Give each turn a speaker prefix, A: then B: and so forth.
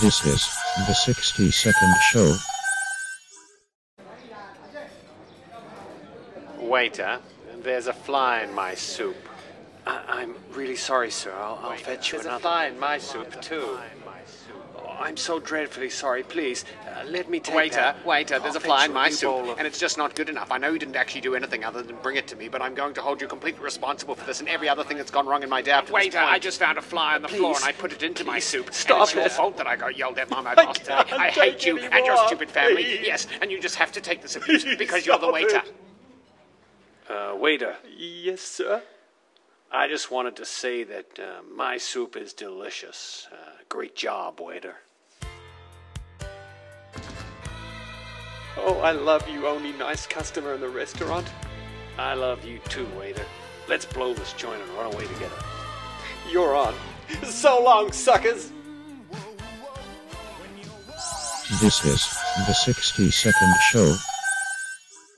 A: This is the 60 second show.
B: Waiter, there's a fly in my soup.
C: I- I'm really sorry, sir. I'll, I'll fetch you
B: There's
C: another.
B: a fly in my soup, too.
C: Oh, I'm so dreadfully sorry. Please, uh, let me take
B: Waiter,
C: that.
B: waiter, there's
C: I'll
B: a fly
C: fetch
B: in
C: you a
B: my
C: new
B: soup,
C: bowl of-
B: and it's just not good enough. I know you didn't actually do anything other than bring it to me, but I'm going to hold you completely responsible for this and every other thing that's gone wrong in my day up to
C: Waiter,
B: this point.
C: I just
B: found a fly on the
C: floor and I
B: put it into my soup.
C: stop
B: it's your
C: it.
B: fault that I got yelled at by my
C: I
B: boss today.
C: can't
B: I
C: take
B: hate you
C: any
B: and your
C: more,
B: stupid family.
C: please.
B: Yes, and you just have to take this abuse because you're the
C: Stop
B: waiter.
C: it. Uh, waiter,
D: Yes, sir.
C: I just wanted to say that uh, my soup is delicious. Uh, great job, waiter.
D: Oh, I love you, only nice customer in the restaurant.
C: I love you too, waiter. Let's blow this joint and run away together.
D: You're on. So long, suckers!
A: This is the 60 second show.